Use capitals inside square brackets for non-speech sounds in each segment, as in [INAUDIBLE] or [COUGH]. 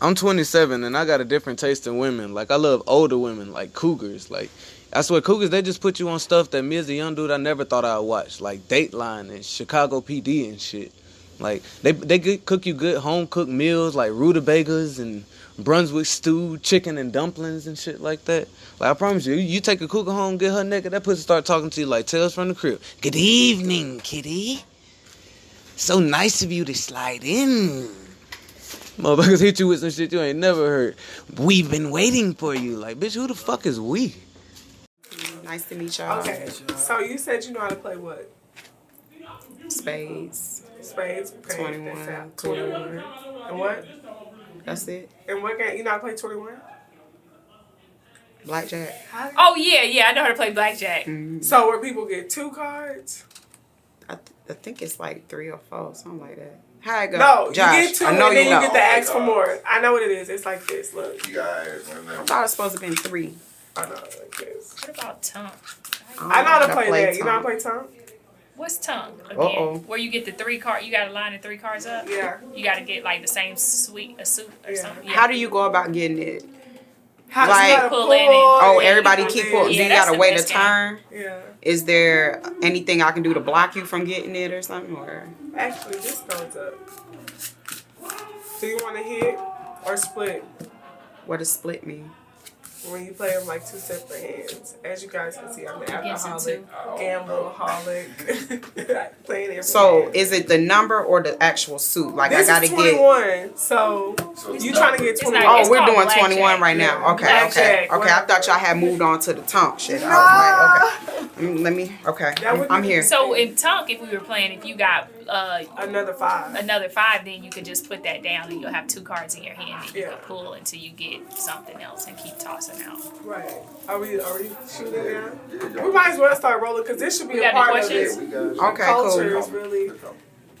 I'm 27 and I got a different taste in women. Like I love older women, like cougars. Like I swear, cougars they just put you on stuff that me as a young dude I never thought I'd watch, like Dateline and Chicago PD and shit. Like they they could cook you good home cooked meals like rutabagas and Brunswick stew, chicken and dumplings and shit like that. Like I promise you, you take a cougar home, get her naked, that pussy start talking to you like tales from the crib. Good evening, kitty. So nice of you to slide in. Motherfuckers hit you with some shit you ain't never heard. We've been waiting for you. Like, bitch, who the fuck is we? Nice to meet y'all. Okay. So you said you know how to play what? Spades. Spades, okay, 21. that's 21. out. And what? That's it. And what game? You know how to play 21? Blackjack. Oh yeah, yeah. I know how to play blackjack. Mm. So where people get two cards? I, th- I think it's like three or four, something like that. How it go? No, Josh, you get two I know and you then you, know. get to ask for more. I know what it is. It's like this. Look. You guys, I I know. thought it was supposed to be three. I know it's like this. What about tongue? Oh, I know how to play, that. You know how to play Tom? What's tongue again? Uh-oh. Where you get the three card? You got to line the three cards up. Yeah. You got to get like the same suite, a suit or Yeah. something. How do you go about getting it? [LAUGHS] How Like- Oh, you gotta Pull in and- Oh, in everybody and keep then- pulling. Yeah, then you that's gotta the wait a best game. turn. Yeah. Is there anything I can do to block you from getting it or something? Or Actually, this goes up. Do you want to hit or split what does split mean? when you play them like two separate hands? As you guys can see, I'm an Yes, and alcoholic, two. Oh. gambleaholic, [LAUGHS] playing every So hand. is it the number or the actual suit? Like this I gotta is get. 21, so So it's you not- trying to get It's 21. not- Oh, we're called doing blackjack. 21 right now. Okay, okay, Blackjack, okay. I whatever. thought y'all had moved on to the tongue shit. I was like, okay. Mm, Let me. Okay, Ah. That I'm, would I'm be- here. So in tongue, if we were playing, if you got uh, oh, Another five. another five, then you could just put that down and you'll have two cards in your hand that you Yeah. could pull until you get something else and keep tossing out. Right. Are we, are we shooting now? Yeah, y'all- We might as well start rolling because this should be We a got any part of questions? it. Yeah, we got you. Okay, Culture cool. is really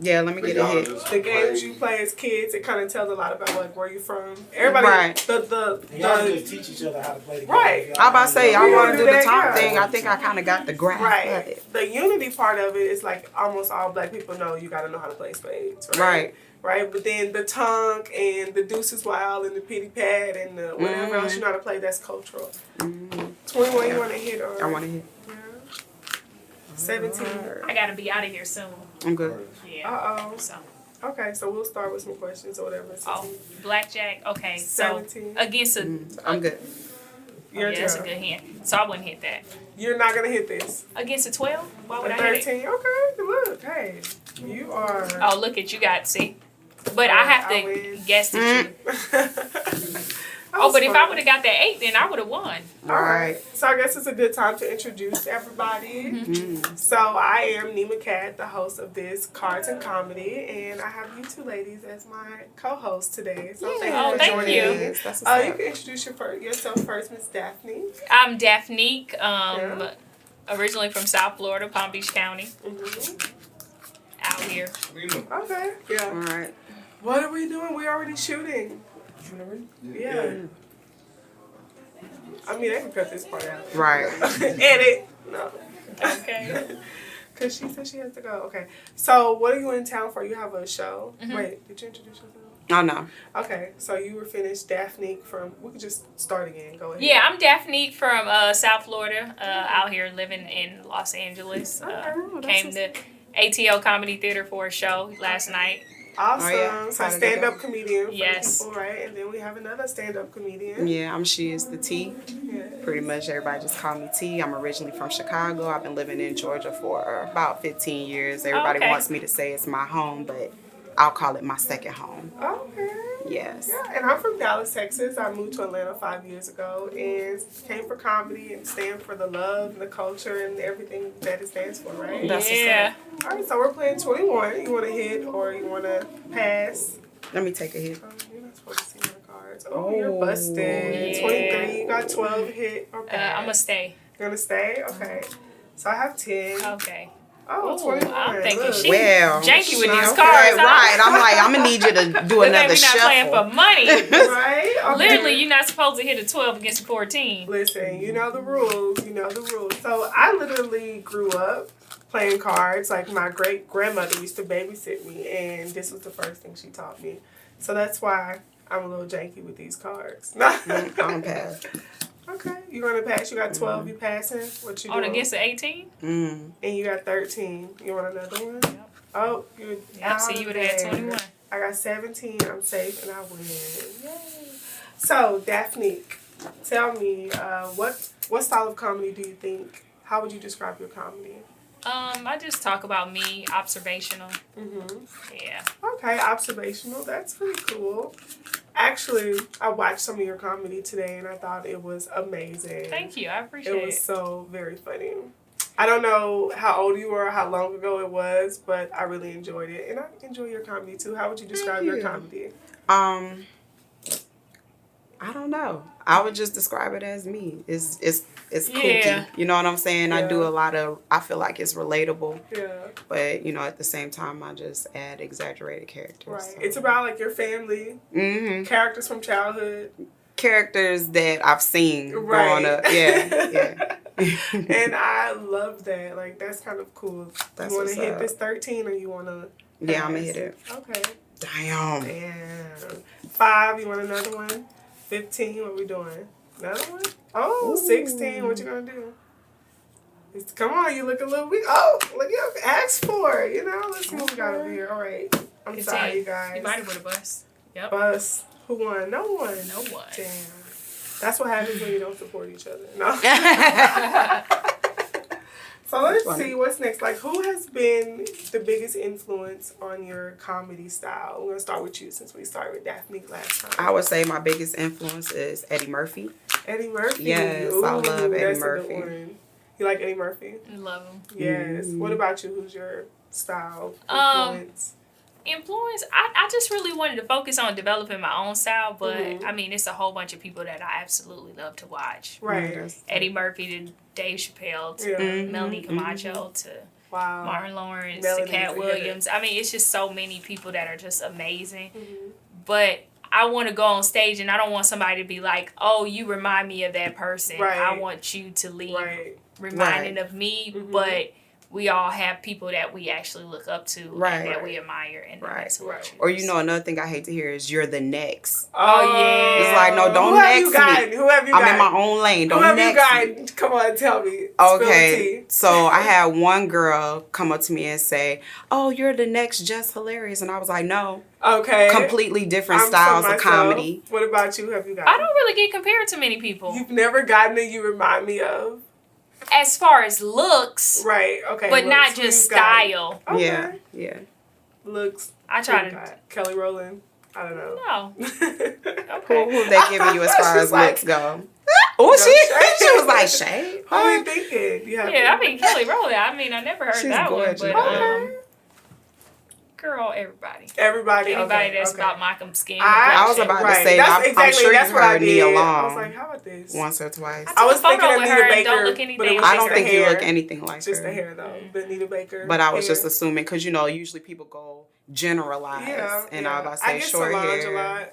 Yeah, let me But get y'all a hit. just the games play- you play as kids. It kind of tells a lot about like where you from. Everybody, Right. the the, And y'all the just teach each other how to play the Right. game. I about to say, I We want to don't do do the that tongue now. thing. I think I kind of got the grasp of Right. it. The unity part of it is like almost all black people know you gotta know how to play spades, right? Right. Right? But then the tongue and the deuces wild and the pity pad and the whatever Mm-hmm. else you know how to play, that's cultural. Twenty one you wanna hit or I want to hit. seventeen. I gotta be out of here soon. I'm good. Yeah. Uh oh. So Okay, so we'll start with some questions or whatever. oh, blackjack. Okay, so uh, Seventeen. Mm. against a I'm good. Your yeah, that's a turn. good hand. So I wouldn't hit that. You're not gonna hit this. Against a twelve? Why Oh, would A I hit it? Thirteen. Okay, look, hey. You are [LAUGHS] Oh, look at you got see. But I have I to win. guess that Mm-hmm. you. oh, Oh, but if I would have got that eight, then I would have won. All right. So I guess it's a good time to introduce everybody. Mm-hmm. So I am Nima Cat, the host of this Cards and Comedy, and I have you two ladies as my co-host today. So thank you Oh, for thank joining you. in. That's what's Uh, you up. can introduce your fir- yourself first, Miss Daphne. I'm Daphne, um, Yeah. originally from South Florida, Palm Beach County, Mm-hmm. out here. Okay. Yeah. All right. What are we doing? We're already shooting. Yeah. I mean, I can cut this part out. [LAUGHS] Right. Edit. No. Okay. Cause she said she has to go. Okay. So what are you in town for? You have a show. Mm-hmm. Wait, did you introduce yourself? No, no. Okay, so you were finished, Daphne. From we could just start again. Go ahead. Yeah, I'm Daphne from uh, South Florida, uh, out here living in Los Angeles. Uh, Okay, that's came to ATL Comedy Theater for a show last night. Awesome. Oh, yeah. So How did it stand up comedian. For Yes. The people, right, and then we have another stand up comedian. Yeah, I'm she is the T. Pretty much everybody just call me T. I'm originally from Chicago. I've been living in Georgia for about 15 years. Everybody Okay. wants me to say it's my home, but I'll call it my second home. Okay. Yes. Yeah, and I'm from Dallas, Texas. I moved to Atlanta five years ago and came for comedy and stand for the love, the culture, and everything that it stands for, right? That's what's yeah. All right, so we're playing 21. You want to hit or you want to pass? Let me take a hit. Um, you're not supposed to see my cards. Oh, you're busted. Yeah. 23. You got 12 hit or Uh, pass. I'm gonna stay. Gonna stay? Okay. So I have 10. Okay. Oh, Ooh, 21. I'm thinking Look. she- Well, Janky with these okay, cards. right. I'm like, I'm gonna need you [LAUGHS] to do But then another we're not playing [LAUGHS] shuffle. [LAUGHS] for money. [LAUGHS] Right? Okay. Literally, you're not supposed to hit a 12 against a 14. Listen, you know the rules. You know the rules. So I literally grew up playing cards. Like my great grandmother used to babysit me, and this was the first thing she taught me. So that's why I'm a little janky with these cards. [LAUGHS] Mm, I don't Mm-hmm. pass. okay, you're gonna pass. You got 12. You passing? What you On doing? against the 18? Mm. And you got 13. You want another one? Oh, you. Yeah, so you would have had 21. I got 17. I'm safe and I win. Yay. So, Daphne, tell me, uh, what what style of comedy do you think? How would you describe your comedy? Um, I just talk about me, observational. Mm-hmm. Yeah. Okay, observational. That's pretty cool. Actually, I watched some of your comedy today and I thought it was amazing. Thank you. I appreciate It it. was so very funny. I don't know how old you were, or how long ago it was, but I really enjoyed it, and I enjoy your comedy too. How would you describe your you. comedy? Um, I don't know. I would just describe it as me. It's it's it's kooky. Yeah. You know what I'm saying? I do Yeah. a lot of. I feel like it's relatable, Yeah, but you know, at the same time, I just add exaggerated characters. right. so. It's about like your family, Mhm. characters from childhood, characters that I've seen right? growing up. Yeah, yeah. [LAUGHS] and I love that. Like that's kind of cool. That's you want what's to hit up. this thirteen, or you want to? [LAUGHS] Yeah, I'm gonna hit it. Okay. [LAUGHS] Damn. Damn. Five. You want another one? Fifteen. What we doing? Another one? Oh, Ooh. 16. What you gonna do? It's, come on, you look a little weak. Oh, look you asked for it. You know, let's move it out of here. All right. I'm It's sorry, it. you guys. You might have would have bust. Yep. Bus. Who won? No one. No one. Damn. That's what happens when you don't support each other. [LAUGHS] No. so let's Funny. see what's next. Like, who has been the biggest influence on your comedy style? We're gonna start with you since we started with Daphne last time. I would say my biggest influence is Eddie Murphy. Eddie Murphy. Yes, I love Eddie that's a good Murphy. one. You like Eddie Murphy? Love him. Yes. Mhm. What about you? Who's your style Um, influence? Influence. I, I just really wanted to focus on developing my own style, but Mhm. I mean, it's a whole bunch of people that I absolutely love to watch. right. Yes. Eddie Murphy to Dave Chappelle to Mm-hmm. Yeah. Mm-hmm. Uh, Mhm, Melanie mhm. Camacho to Wow. Martin Lawrence Melody's to Cat a Williams. I mean, it's just so many people that are just amazing. Mm-hmm. Mhm. But I want to go on stage and I don't want somebody to be like, oh, you remind me of that person. I Right. want you to leave Mm-hmm. Right. reminding of me, Mhm. but we all have people that we actually look up to Right. and that we admire and Right. that's who Right. we Or you choose. know, another thing I hate to hear is you're the next. Oh, yeah. It's like, no, don't Who have you next me. gotten? Who have you I'm gotten? in my own lane. Don't Who have you next me. gotten? Come on, tell me. Spill the Okay, tea. so I had one girl come up to me and say, "Oh, you're the next Just Hilarious," and I was like, "No, Okay. completely I'm different for styles of myself. comedy." What about you? Have you gotten? I don't really get compared to many people You've never gotten it. You remind me of. as far as looks, Right. Okay. but not looks, who just you've gotten? style. Okay. Yeah, yeah. Looks. I who try you to. got? Kelly Rowland. I don't know. No. Who, Okay. who they giving [LAUGHS] you as far She's as like- looks [LAUGHS] go? Oh, shade. she she [LAUGHS] was like, "Shade." How are you thinking? You have Yeah, I [LAUGHS] mean Kelly Rowland. I mean, I never heard She's that gorgeous. one, but Okay. um, girl, everybody, Everybody. anybody okay, that's okay. about Malcolm skin. I- I was about Right. to say, that's I'm, exactly I'm sure that's you what I heard me did. I was along like, how about this? once or twice. I I was took a photo thinking of with Nita her and Baker, don't look Mm. but it anything was like I just don't the think you hair. look anything like Just the her. hair though, the Nita Baker. But I was hair. just assuming because you know usually people go generalize, yeah, and yeah. I was about to say get short Solange hair. A lot. I,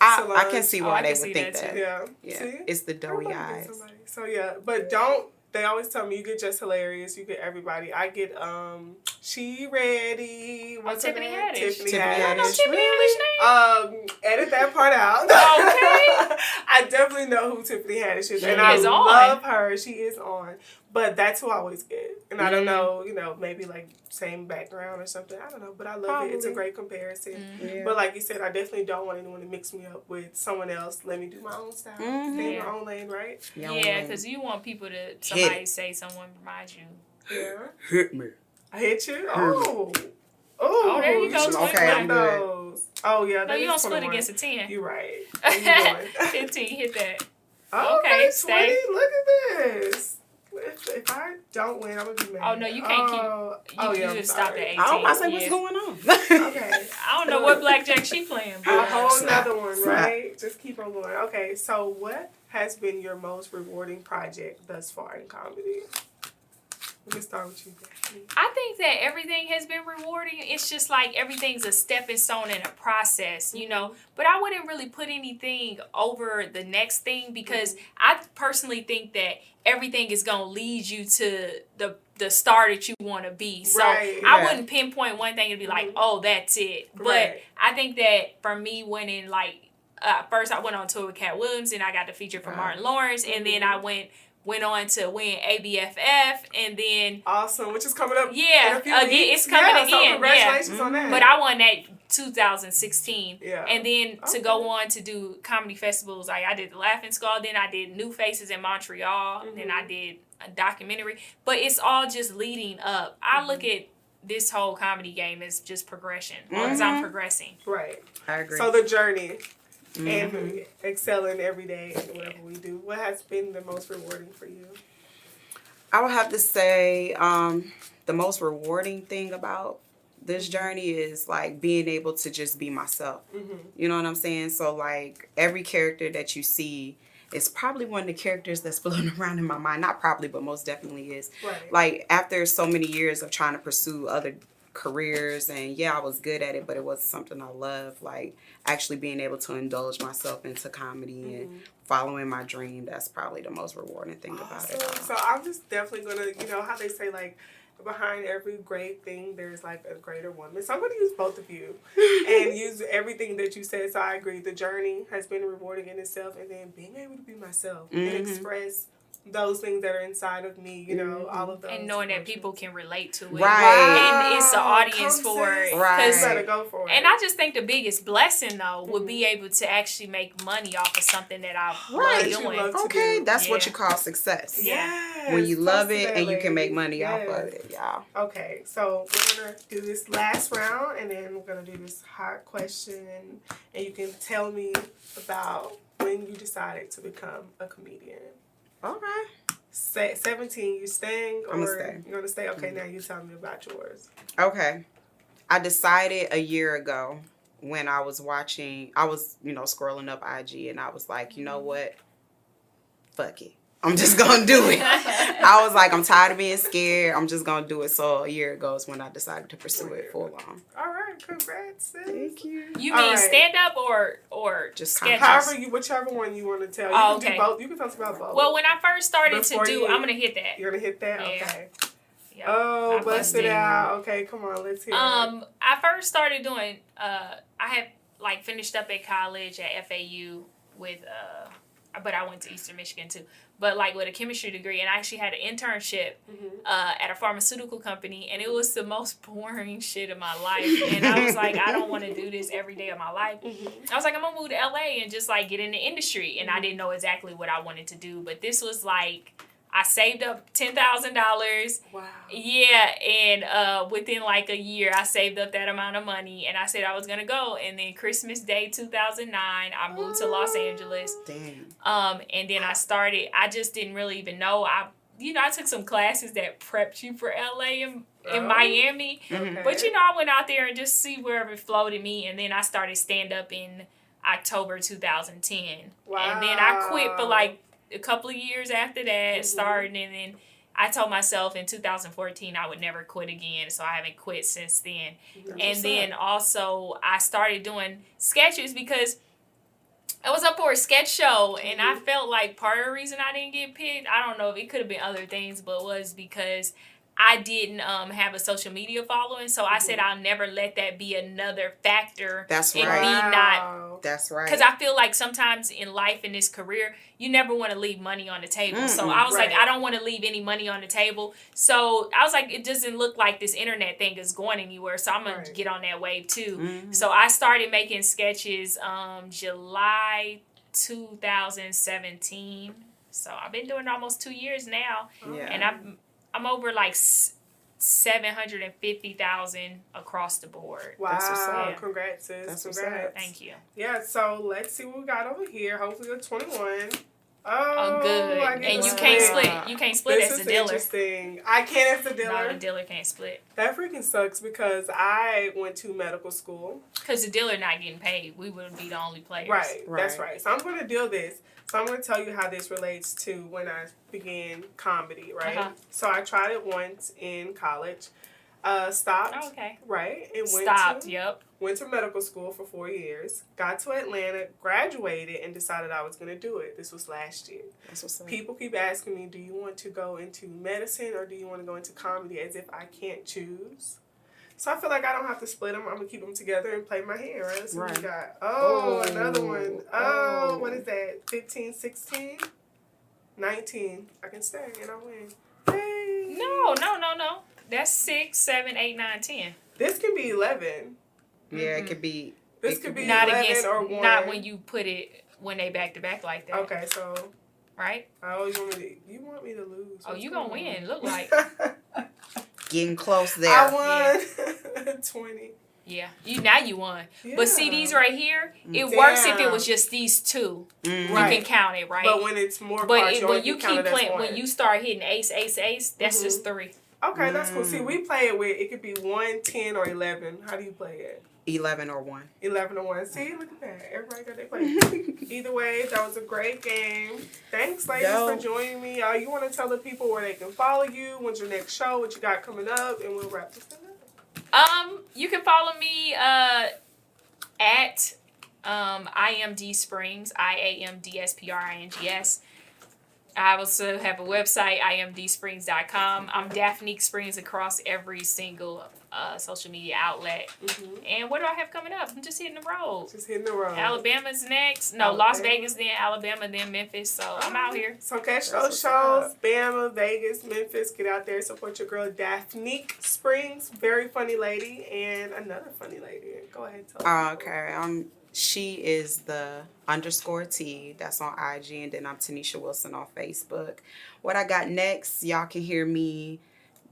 I Solange. can see Oh, why they I can would see think that that. too. Yeah. Yeah, See? it's the doughy Everybody gets eyes. somebody. So yeah, but don't. They always tell me you get just hilarious. You get everybody. I get um, she ready. What's her Oh, Tiffany name? Haddish. Tiffany, Tiffany I Haddish. Haddish. know Tiffany Really? Haddish Um, edit that part out. [LAUGHS] Okay. I definitely know who Tiffany Haddish is, She and I is on. love her. She is on, but that's who I always get. And I Mm-hmm. don't know, you know, maybe like same background or something. I don't know, but I love it. It's a Probably. great comparison. name. Yeah. But like you said, I definitely don't want anyone to mix me up with someone else. Let me do my own style, Mhm. stay in my Yeah. own lane, right? Y'all Yeah, ain't because you want people to somebody say someone reminds you. Yeah. hit me. I hit you. Perfect. Oh. Oh, there you go, should twin. split Okay, I'm good. those. Oh yeah. No, that you is don't split 21. against a ten. You're [LAUGHS] right. Where you [LAUGHS] going? Fifteen, hit that. Okay, Okay, Oh, sweetie, stay. look at this. If, if I don't win, I'm gonna be mad. Oh, no, you can't keep- Oh, You, oh, yeah, you I'm just stopped at sorry. eighteen. I was about to say, yeah. what's going on? [LAUGHS] [LAUGHS] [LAUGHS] Okay, I don't know [LAUGHS] what blackjack she playing. But a whole Slap, nother one, slap. right? Just keep on going. Okay, so what has been your most rewarding project thus far in comedy? Let me start with you. Daphne. I think that everything has been rewarding. It's just like everything's a stepping stone in a process, you know. But I wouldn't really put anything over the next thing because I personally think that everything is gonna lead you to the the star that you want to be. So Right. I Yeah. wouldn't pinpoint one thing and be like, Mhm. "Oh, that's it." But Right. I think that for me winning like uh, first I went on tour with Cat Williams, and I got the feature from Wow. Martin Lawrence, and then I went went on to win ABFF, and then Awesome, which is coming up. Yeah, in a few again, weeks. it's coming yeah, So again, Mm-hmm. congratulations on that. but I won that 2016. Yeah. And then Okay. to go on to do comedy festivals, like I did the Laughing Skull, then I did New Faces in Montreal, then Mm-hmm. I did a documentary. But it's all just leading up. Mm-hmm. I look at this whole comedy game as just progression, as long as I'm Mm-hmm. progressing. right. I agree. So the journey and excelling every day and whatever we do. What has been the most rewarding for you? I would have to say um, the most rewarding thing about this journey is like being able to just be myself. Mm-hmm. You know what I'm saying? So like every character that you see is probably one of the characters that's [LAUGHS] floating around in my mind. Not probably, but most definitely is. Right. Like after so many years of trying to pursue other careers and yeah, I was good at it, but it wasn't something I loved. Like actually being able to indulge myself into comedy and Mm-hmm. following my dream, that's probably the most rewarding thing about it. [LAUGHS] Awesome. So I'm just definitely gonna, you know, how they say like behind every great thing there's like a greater woman. So I'm gonna use both of you [LAUGHS] and use everything that you said. So I agree. The journey has been rewarding in itself, and then being able to be myself and Mhm. express those things that are inside of me. You know, all of those. And knowing that emotions. people can relate to it. Mm-hmm. Right. And it's an Wow, audience come for it. sis. Right. You 'cause better go for it. And I just think the biggest blessing though would be able to actually make money off of something that I Right. love doing. You [LAUGHS] love to Okay, do. that's what Yeah. you call success. Yes, When you love it and you can possibility. make money off of Yes. it, y'all. Okay, so we're gonna do this last round, and then we're gonna do this hot question, and you can tell me about when you decided to become a comedian. All right. Say, Seventeen, you staying or I'ma stay. you're gonna stay? Okay, now you tell me about yours. Okay. I decided a year ago when I was watching, I was, you know, scrolling up IG and I was like, you know Mm-hmm. what? Fuck it. I'm just gonna do [LAUGHS] it. I was like, I'm tired of being scared. I'm just gonna do it. So a year ago is when I decided to pursue it full on. All right, congrats. sis. you. You All mean right. stand up or or Just just kind of- However, you whichever one you want to tell, you Oh, can okay. do both. You can tell us about both. Well, when I first started Before to do, you- I'm gonna hit that. you're gonna hit that. Yeah. Okay. Yeah. Oh, I bust busted. it out. Okay, come on, let's hear. it. Um, I first started doing. Uh, I had like finished up at college at FAU with. Uh, but I went to Eastern Michigan too. But like with a chemistry degree, and I actually had an internship Mhm. uh, at a pharmaceutical company, and it was the most boring shit of my life. And I was like, I don't want to do this every day of my life. Mhm. I was like, I'm gonna move to LA and just like get in the industry. And I didn't know exactly what I wanted to do, but this was like I saved up ten thousand dollars. Wow. Yeah, and uh, within like a year, I saved up that amount of money, and I said I was gonna go. And then Christmas Day, two thousand nine, I moved to Los Angeles. Damn. Um, and then I started. I just didn't really even know. I, you know, I took some classes that prepped you for LA and, Oh. and Miami. Mhm. But you know, I went out there and just see wherever it floated me, and then I started stand up in October 2010. And then I quit for Wow. like a couple of years after that, Mhm. starting, and then I told myself in 2014 I would never quit again, so I haven't quit since then. and then also I started doing sketches because. I was up for a sketch show, and I felt like part of the reason I didn't get picked, I don't know, it could have been other things, but was because I didn't um, have a social media following, so I said I'll never let that be another factor. That's And right. me not- That's right. Because I feel like sometimes in life, in this career, you never want to leave money on the table. so Mm-mm, I was like, right. I don't want to leave any money on the table. So I was like, it doesn't look like this internet thing is going anywhere. So I'm going Right. to get on that wave too. Mhm. So I started making sketches um, July 2017. So I've been doing it almost two years now Yeah. and I'm I'm over like seven hundred and fifty thousand across the board. Wow! That's what's up. Congrats, sis. That's what's up. Congrats. Thank you. Yeah. So let's see what we got over here. Hopefully, a twenty-one. Oh, Oh, good. I get And to you can't split. split. You can't split this as is a dealer. interesting. I can't as a No, dealer. the dealer can't split that freaking sucks because I went to medical school. because the dealer not getting paid. We wouldn't be the only players. Right, That's Right. right. So I'm going to deal this. So I'm going to tell you how this relates to when I began comedy. Right. Uh-huh. So I tried it once in college. Uh, stopped. Oh, okay. Right. And went Stopped. to Yep. Went to medical school for four years, got to Atlanta, graduated, and decided I was going to do it. This was last year. That's what's up. People keep asking me, do you want to go into medicine or do you want to go into comedy as if I can't choose? So I feel like I don't have to split them. I'm gonna keep them together and play my hand, right? So Right. we got oh, Oh, another one. Oh, oh. what is that? 15, 16, 19. I can stay and I win. Yay. No, no, no, no. That's six, seven, eight, nine, ten. This can be eleven. Yeah, it mm-hmm. Mhm. could be. This It could could be Not eleven against, or one. not when you put it when they back to back like that, Okay, so right? oh, you want me to you want me to lose? Oh, What's you gonna going on? win. [LAUGHS] Look like getting close there. I won [LAUGHS] twenty. yeah. You now you won. But see Yeah. these right here, it works if it was Damn. just these two. Mhm. You Right. can count it, right? But when it's more But cards, it- you when only you can count keep it as playing, when one. you start hitting ace, ace, ace, that's Mhm. just three. Okay, that's cool. See, Mm. we play it with it could be one, ten, or eleven. How do you play it? Eleven or [LAUGHS] one. Eleven or one. See, look at that. Everybody got their [LAUGHS] play. Either way, that was a great game. Thanks, ladies, Yo. for joining me. Uh, you want to tell the people where they can follow you, when's your next show, what you got coming up, and we'll wrap this thing up. Um, you can follow me uh at um IMD Springs, I A M D S P R I N G S. I also have a website, imdsprings.com. I'm Daphne Springs across every single uh, social media outlet. hmm And what do I have coming up? I'm just hitting the road. Just hitting the road. Alabama's next. No, Las Alabama. Vegas, then Alabama, then Memphis. So I'm out here. So catch That's those what's up. shows, Bama, Vegas, Memphis. Get out there, support your girl Daphne Springs, very funny lady, and another funny lady. Go ahead, tell. the people. okay. Um, she is the underscore T. That's on IG, and then I'm Tanisha Wilson on Facebook. What I got next, y'all can hear me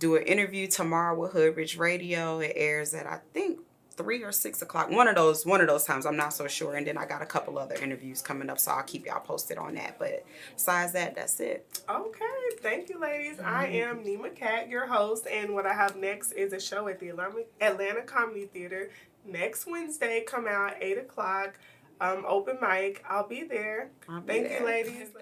do an interview tomorrow with Hood Rich Radio. It airs at I think three or six o'clock. One of those, one of those times. I'm not so sure. And then I got a couple other interviews coming up, so I'll keep y'all posted on that. But besides that, that's it. Okay, thank you, ladies. I Mm-hmm. am Nima Cat, your host, and what I have next is a show at the Atlanta- Atlanta Comedy Theater next Wednesday. Come out eight o'clock. Um, open mic. I'll be there. I'll be Thank there. you, ladies.